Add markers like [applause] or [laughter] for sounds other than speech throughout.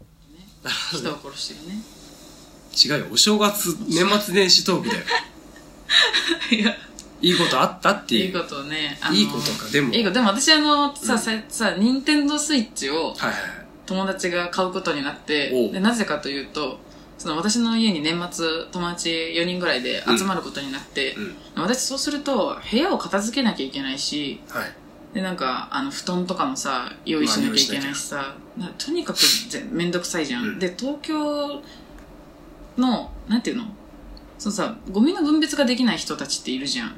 人なるほどをね殺してる [laughs] ね違うよお正月年末年始トークだよいやいいことあったっていいいうことねあのいいことかでもいいことでも私あのさ、うんささ任天堂スイッチをはいはい友達が買うことになっておうでなぜかというとその私の家に年末友達4人ぐらいで集まることになって、うん私そうすると部屋を片付けなきゃいけないしはいでなんかあの布団とかもさ用意しなきゃいけないしさ、なとにかくぜめんどくさいじゃん、うんで東京のなんていうのそのさゴミの分別ができない人たちっているじゃん、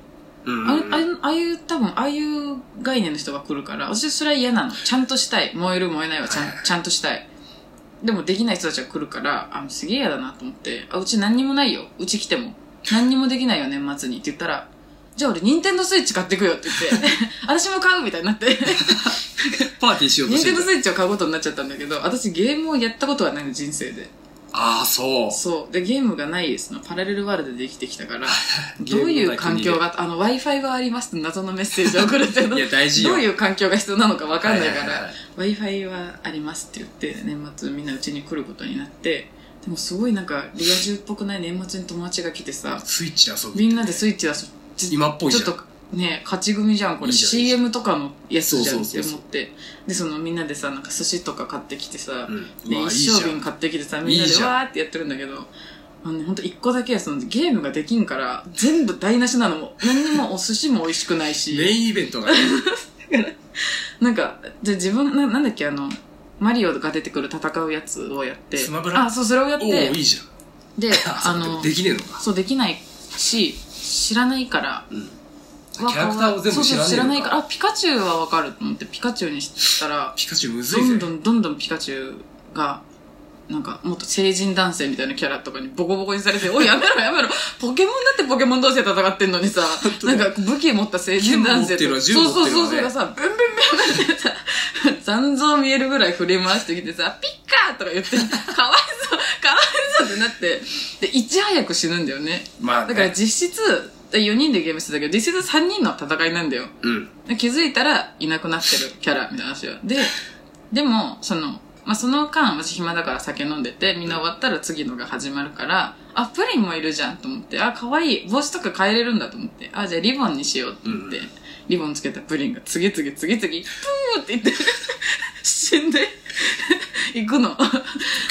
うんあうんあああいう多分ああいう概念の人が来るから私それは嫌なのちゃんとしたい燃える燃えないはちゃはいはいんちゃんとしたいでもできない人たちが来るからあすげえ嫌だなと思ってあうち何にもないようち来ても何にもできないよ年末にって言ったらじゃあ俺任天堂スイッチ買ってくよって言って [laughs] 私も買うみたいになってパーティーしようと任して天堂るスイッチを買うことになっちゃったんだけど私ゲームをやったことはないの人生でああそうそうでゲームがないですのパラレルワールドで生きてきた [laughs] からゲーどムうの中にいう環境が w i f i はありますって謎のメッセージを送るっていうのいや大事よどういう環境が必要なのか分かんないかははらは w i f i はありますって言って年末みんなうちに来ることになってでもすごいなんかリア充っぽくない年末に友達が来てさスイッチで遊ぶみんなでスイッチ出す今っぽいちじょゃっんとね勝ち組じゃんこれいいじゃんいいじゃ CM とかのやつじゃんってそうそうそう思ってでそのみんなでさなんか寿司とか買ってきてさ、うんでうわいい一じゃん升瓶買ってきてさみんないいじでゃんわーってやってるんだけどあのね、ほんと一個だけそのゲームができんから全部台無しなのもう何にもお寿司も美味しくないメイしンイベントがねなんかじゃあ自分ななんだっけあのマリオが出てくる戦うやつをやってスマブラあそうそれをやっおおーていいじゃん [laughs] であそうのできねえのかそうできないし知らないからうんキわャラクターを全部知らねえのそうそかう知らないからあピカチュウはわかると思ってピカチュウにしたらピカチュウむずどいんぜどんどんどんピカチュウがなんかもっと成人男性みたいなキャラとかにボコボコにされて「おいやめろやめろポケモンだってポケモン同士で戦ってんのに [laughs] さなんか武器持った成人男性剣とか持ってるわ銃そう持っそうてるそわうそうがさブンブンブンブンってさ [laughs] 残像見えるぐらい振り回してきてさ「ピッカー!」とか言って「かわいそうかわいそう」ってなってでいち早く死ぬんだよねまあだからね実質4人でゲームしてたけど実質3人の戦いなんだようんで気づいたらいなくなってるキャラみたいな話はででもその、まあ、その間私暇だから酒飲んでてみんな終わったら次のが始まるからあプリンもいるじゃんと思ってあ可愛い帽子とか変えれるんだと思ってあじゃあリボンにしようと思って、うんリボンつけたプリンが次々次々プーって言って [laughs] 死 [laughs] んで行くのポ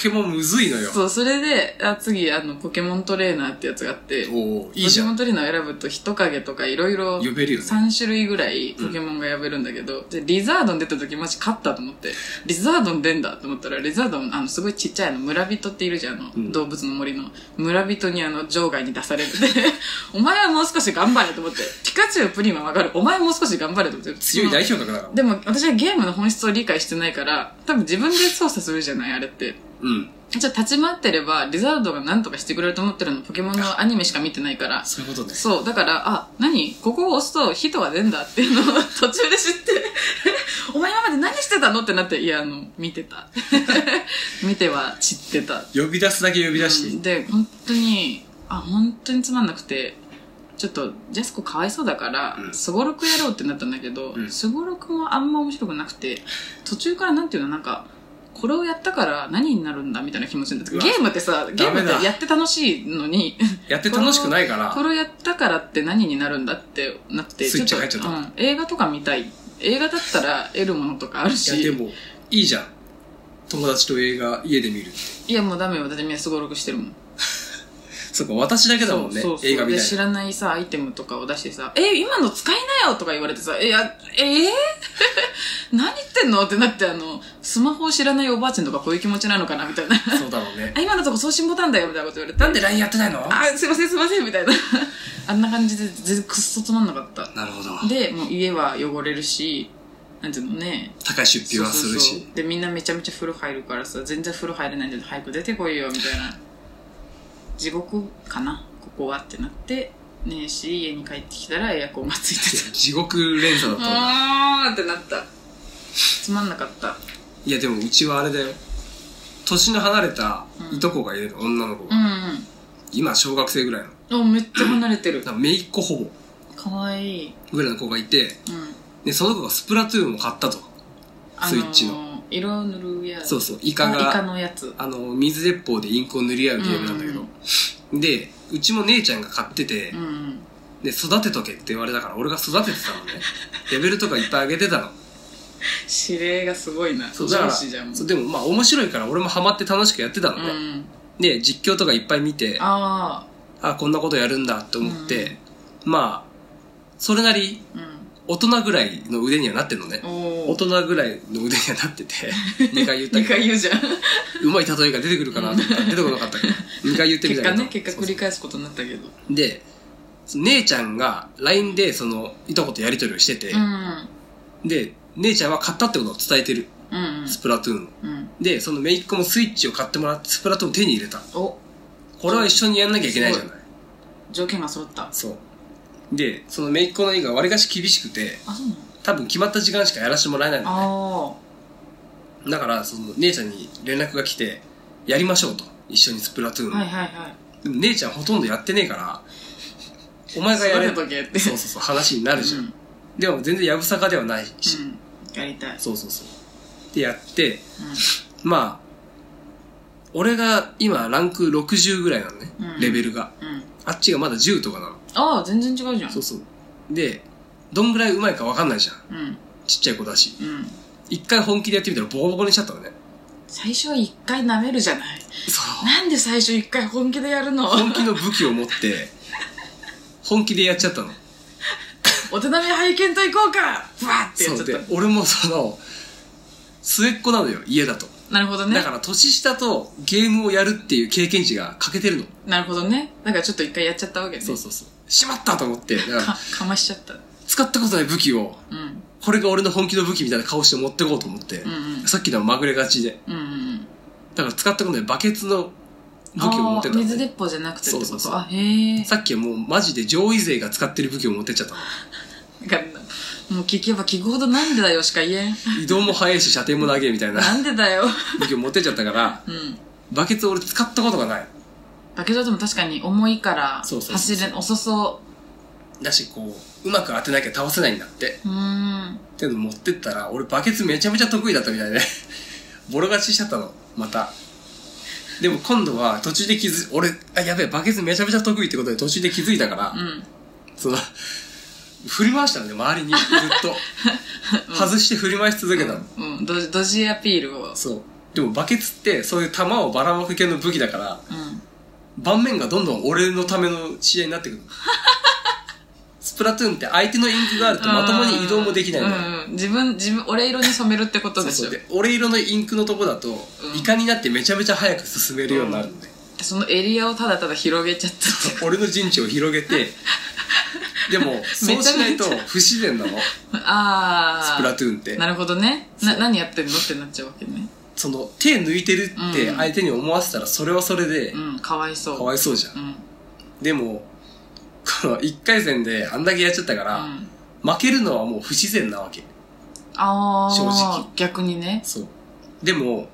ケモンむずいのよそうそれであ次あのポケモントレーナーってやつがあっておおいいポじケゃモンんトレーナーを選ぶと人影とかいろいろ呼べるよね3種類ぐらいポケモンが呼べるんだけど、でリザードン出た時マジ勝ったと思ってリザードン出んだと思ったらリザードンあのすごいちっちゃいあの村人っているじゃんあの、うん動物の森の村人にあの場外に出されて [laughs] お前はもう少し頑張れと思ってピカチュウプリンはわかるお前もう少し頑張れと思って強い代表格だからでも私はゲームの本質を理解してないから多分自分で操作するじゃないあれってうんじゃあ立ち回ってればリザードンが何とかしてくれると思ってるのポケモンのアニメしか見てないからそういうことねそう、だから、あ、何ここを押すと火とは出んだっていうのを [laughs] 途中で知って、 [laughs] お前今まで何してたのってなって、いや、あの、見てた。 [laughs] 見ては散ってた。呼び出すだけ呼び出してうんで、本当に、あ、本当につまんなくて、ちょっと、ジャスコかわいそうだからう、んすごろくやろうってなったんだけどう、んすごろくもあんま面白くなくて、途中からなんていうの、なんか、これをやったから何になるんだみたいな気持ちになって、うわゲームってさ、ゲームっダメだてやって楽しいのに、やって楽しくないからこれをやったからって何になるんだってなってスイッチが入っちゃったょっとうん、映画とか見たい映画だったら得るものとかあるしいやでもいいじゃん友達と映画家で見るっていやもうダメよだってみんなすごろくしてるもんそうか私だけだもんねそうそうそう映画みでたい知ならないさアイテムとかを出してさ「え今の使いなよ」とか言われてさ「えやえ [laughs] ー何言ってんの?」ってなってあのスマホを知らないおばあちゃんとかこういう気持ちなのかなみたいな [laughs] 「そうだろうねあ今のとこ送信ボタンだよ」みたいなこと言われてなんで LINE やってないのあすいませんすいません」みたいな [laughs] あんな感じで全然くっそつまんなかったなるほどでもう家は汚れるしなんていうのね高い出費はすそうるそうしそうでみんなめちゃめちゃ風呂入るからさ全然風呂入れないんだけど早く出てこいよみたいな地獄かなここはってなってねえし家に帰ってきたらエアコンがついてた地獄連鎖だったんだあーってなったつまんなかったいやでもうちはあれだよ年の離れたうんいとこがいるの女の子うがん今小学生ぐらいのうんあめっちゃ離れてるなんか姪っ子ほぼかわいいぐらいの子がいてうんでその子がスプラトゥーンを買ったとスイッチの色を塗るやつ。。そううそう、イイカカが、のやつ。あの、水鉄砲でインクを塗り合うゲームなんだけど。で、うちも姉ちゃんが買ってて、うんうん。で、育てとけって言われたから、俺が育ててた [laughs] のね。レベルとかいっぱい上げてたの。指令がすごいな。だから上司じゃん。もうそうでもまあ面白いから俺もハマって楽しくやってたのうね。ん。で、実況とかいっぱい見て、ああこんなことやるんだと思って、まあ、それなりあ。うん。大人ぐらいの腕にはなってるのね。お大お。人ぐらいの腕には [laughs] なってて、2回言った二けど回、言うじゃん。うまい例えが出てくるかなと思ったら出てこなかったけど、2回言ってみ結果たけど。ね、結果繰りそう返すことになったけど。そうで、姉ちゃんが LINE でその、いとことやりとりをしててう、ん。で、姉ちゃんは買ったってことを伝えてる。うんスプラトゥーンの。うん。うん。で、そのめいっ子もスイッチを買ってもらって、スプラトゥーンを手に入れた。お、これは一緒にやんなきゃいけないじゃない。条件が揃った。そう。で、そのめいっ子の家がわりかし厳しくて、あ、そうなの多分決まった時間しかやらせてもらえないの。あだから、その姉ちゃんに連絡が来て、やりましょうと。一緒にスプラトゥーあ。ンを。はいはいはい。でも姉ちゃんほとんどやってねえから、お前がやれ [laughs] 育てとけって。そうそうそう、話になるじゃん。うんでも全然やぶさかではないし。うん。やりたい。そうそうそう。で、やって、うまあ、俺が今ランク60ぐらいなのね、うんレベルが。ん。うん。あっちがまだ10とかなの。ああ、全然違うじゃん。そうそう。で、どんぐらいうまいかわかんないじゃん。うん。ちっちゃい子だし。うん。一回本気でやってみたらボコボコにしちゃったのね。最初は一回舐めるじゃない。そう。なんで最初一回本気でやるの本気の武器を持って、本気でやっちゃったの。お手並み拝見と行こうかブワーってやっそうちでゃっ、俺もその、末っ子なのよ、家だと。た。なるほどねだか。ら年下とゲームをやるっていう経験値が欠けてるの。なるほどね。だからちょっと一回やっちゃったわけね。そうそうそう。しまったと思って、だからか、かましちゃった。使ったことない武器を、うん。これが俺の本気の武器みたいな顔して持ってこうと思って、うんうんさっきのまぐれがちで。うんうんだから使ったことないバケツのうん。武器を持ってったあのー水鉄砲じゃなくてってことそうそうそうあ、へえ。さっきはもうマジで上位勢が使ってる武器を持ってっちゃったの。 [laughs] なんかもう聞けば聞くほどなんでだよしか [laughs] 言えん。移動も速いし射程も長いみたいななんでだよ。武器を持ってっちゃったから、うん。バケツ俺使ったことがない。だけどでも確かに重いから、そうそうそう走れん、遅そだし、こう、うまく当てなきゃ倒せないんだって。う。うーん。っていうの持ってったら、俺バケツめちゃめちゃ得意だったみたいで、 [laughs] ボロ勝ちしちゃったの、また。でも今度は途中で気づ、俺、あ、やべえ、バケツめちゃめちゃ得意ってことで途中で気づいたから、うん。その、振り回したのね、周りにずっ [laughs] と。外して振り回し続けたの。うん、ドジドジアピールを。そう。でもバケツってそういう弾をばらまく系の武器だから、うん。盤面がどんどん俺のための試合になってくる。 [laughs] スプラトゥーンって相手のインクがあるとまともに移動もできないんだよ。うんうん、自分、自分、俺色に染めるってことそうでしそうょ。で俺色のインクのとこだと、んイカになってめちゃめちゃ早く進めるようになるんで、そのエリアをただただ広げちゃったっていう俺の陣地を広げてで [laughs] もそうしないと不自然なのスああ。プラトゥーンってなるほどね。な、何やってんのってなっちゃうわけね。その手抜いてるってうん相手に思わせたらそれはそれでうん、かわいそう。かわいそうじゃん、うん。でもこの1回戦であんだけやっちゃったかうら、ん。負けるのはもう不自然なわけああ。正直。逆にね。そうでも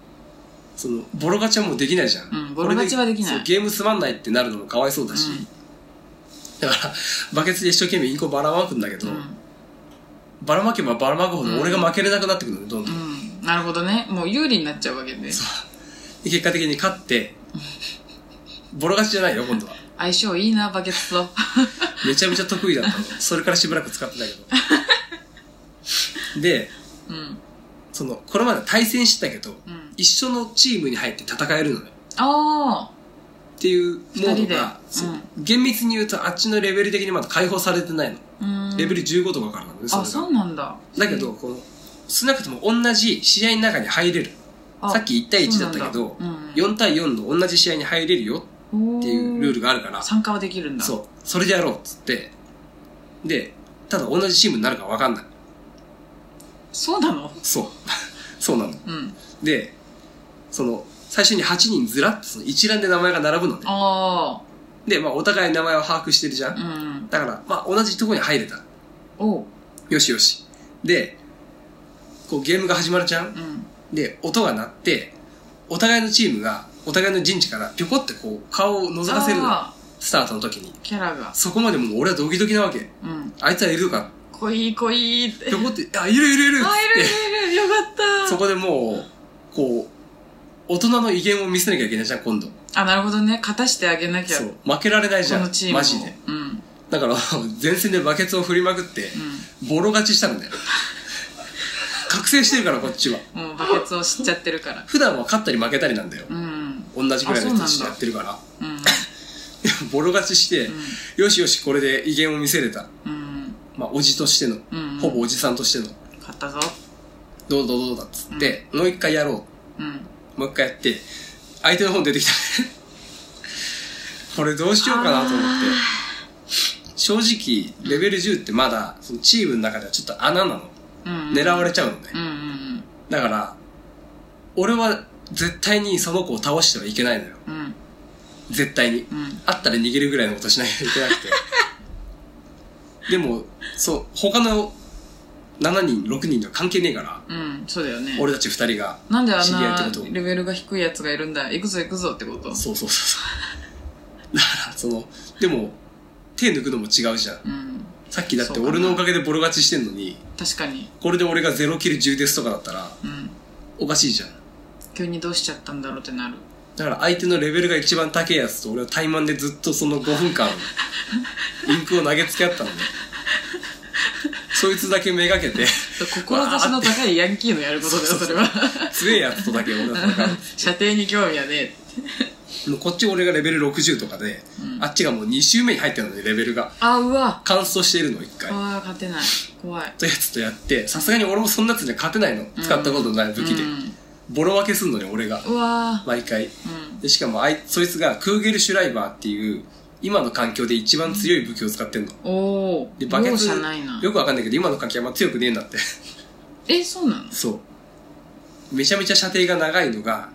そのボロ勝ちはもうできないじゃん、うんボロ勝ちはできないこれそうゲームすまんないってなるのもかわいそうだし、だから、バケツで一生懸命インコばらまくんだけうど、ん。ばらまけばばらまくほど俺が負けれなくなってくるのね、どんうどん。でん。うん。なるほどね。もう有利になっちゃうわけで。結果的に勝って、ボロ勝ちじゃないよ、今度は。相性いいな、バケツと。めちゃめちゃ得意だったの。それからしばらく使ってたけど。で、うん。その、これまで対戦してたけど、うん。一緒のチームに入って戦えるのよ。ああ。っていうモードが、二人そでううん厳密に言うとあっちのレベル的にまだ解放されてないの。うん。レベル15とかからなのね、あ、れがそうなんだ。だけど、この少なくとも同じ試合の中に入れる。あ、さっき1対1だったけそ、どうなんだ4対4の同じ試合に入れるようんっていうルールががあるから、参加はできるんだそう、それでやろうっつって、で、ただ同じチームになるかわかんない。そうなのそう。そう [laughs] なの。うんで、その、最初に8人ずらっとその一覧で名前が並ぶのね。あで、まあお互い名前を把握してるじゃあん。うんだから、まあ同じとこに入れた。おうよしよし。で、こうゲームが始まるじゃん。うんで、音が鳴って、お互いのチームが、お互いの陣地からぴょこってこう顔を覗かせるの。あスタートの時に。ーキャラがそこまでもう俺はドキドキなわけ。うんあいつはいるのか。濃い濃いってひょこって、あ、いるいるいるっつあいるいって。るいるよかったそこでもう、こう、大人の威厳を見せなきゃいけないじゃん、今度。あ、なるほどね。勝たしてあげなきゃ。そこう。負けられないじゃのんチー。ムを。マジで。うん。うん。だから、 [laughs] 前線でバケツを振りまくって、ボロ勝ちしたんだよ。覚醒してるから、こっちは。もうバケツを知っちゃってるから。普段は勝ったり負けたりなんだよ。うん。同じくらいの人たあちそうなんだやってるから。 [laughs] うん。ボロ勝ちして、よしよし、これで威厳を見せれた。うん。まあ、おじとしての、うん。ほぼ。おじさんとしての、勝ったぞ。どうどうどうだっつって、もう一回やろうん。う。もう一回やって、相手の本出てきた。 [laughs] これどうしようかなと思って。正直、レベル10ってまだ、そのチームの中ではちょっと穴なの。うん。狙われちゃうのねう。んうんだから、俺は絶対にその子を倒してはいけないのよ。うん。うん。絶対に。うん。あったら逃げるぐらいのことしなきゃいけなくて。 [laughs] でも、そう、他の7人、6人には関係ねえから、うん。そうだよね。俺たち2人が。なんであん知り合いなってことレベルが低いやつがいるんだ行くぞ行くぞってことそうそうそうそう。だから、その、でも、手抜くのも違うじゃん。うん。さっきだってそうかな俺のおかげでボロ勝ちしてんのに、確かに。これで俺が0キル10ですとかだったら、うん。おかしいじゃん。急にどうしちゃったんだろうってなる。だから相手のレベルが一番高いやつと俺は怠慢でずっとその5 [laughs] 分間インクを投げつけ合ったんでそいつだけめがけて志の高いヤンキーのやることだよ、それは。強いやつとだけ俺は戦う射程に興味はねえ。もうこっち俺がレベル60とかで、うんあっちがもう2周目に入ってるのでレベルがあ、うわ。完走しているの1回うわ、勝てない。怖い。とやつとやってさすがに俺もそんなやつには勝てないの使ったことのない武器で、うんボロ負けすんのね俺がうわ毎回うん。でしかもあいそいつがクーゲルシュライバーっていう今の環境で一番強い武器を使ってんのおー。でバケ容ツ赦ないな。よくわかんないけど今の関係はあんま強くねえんだって [laughs] え、そうなのそうめちゃめちゃ射程が長いのが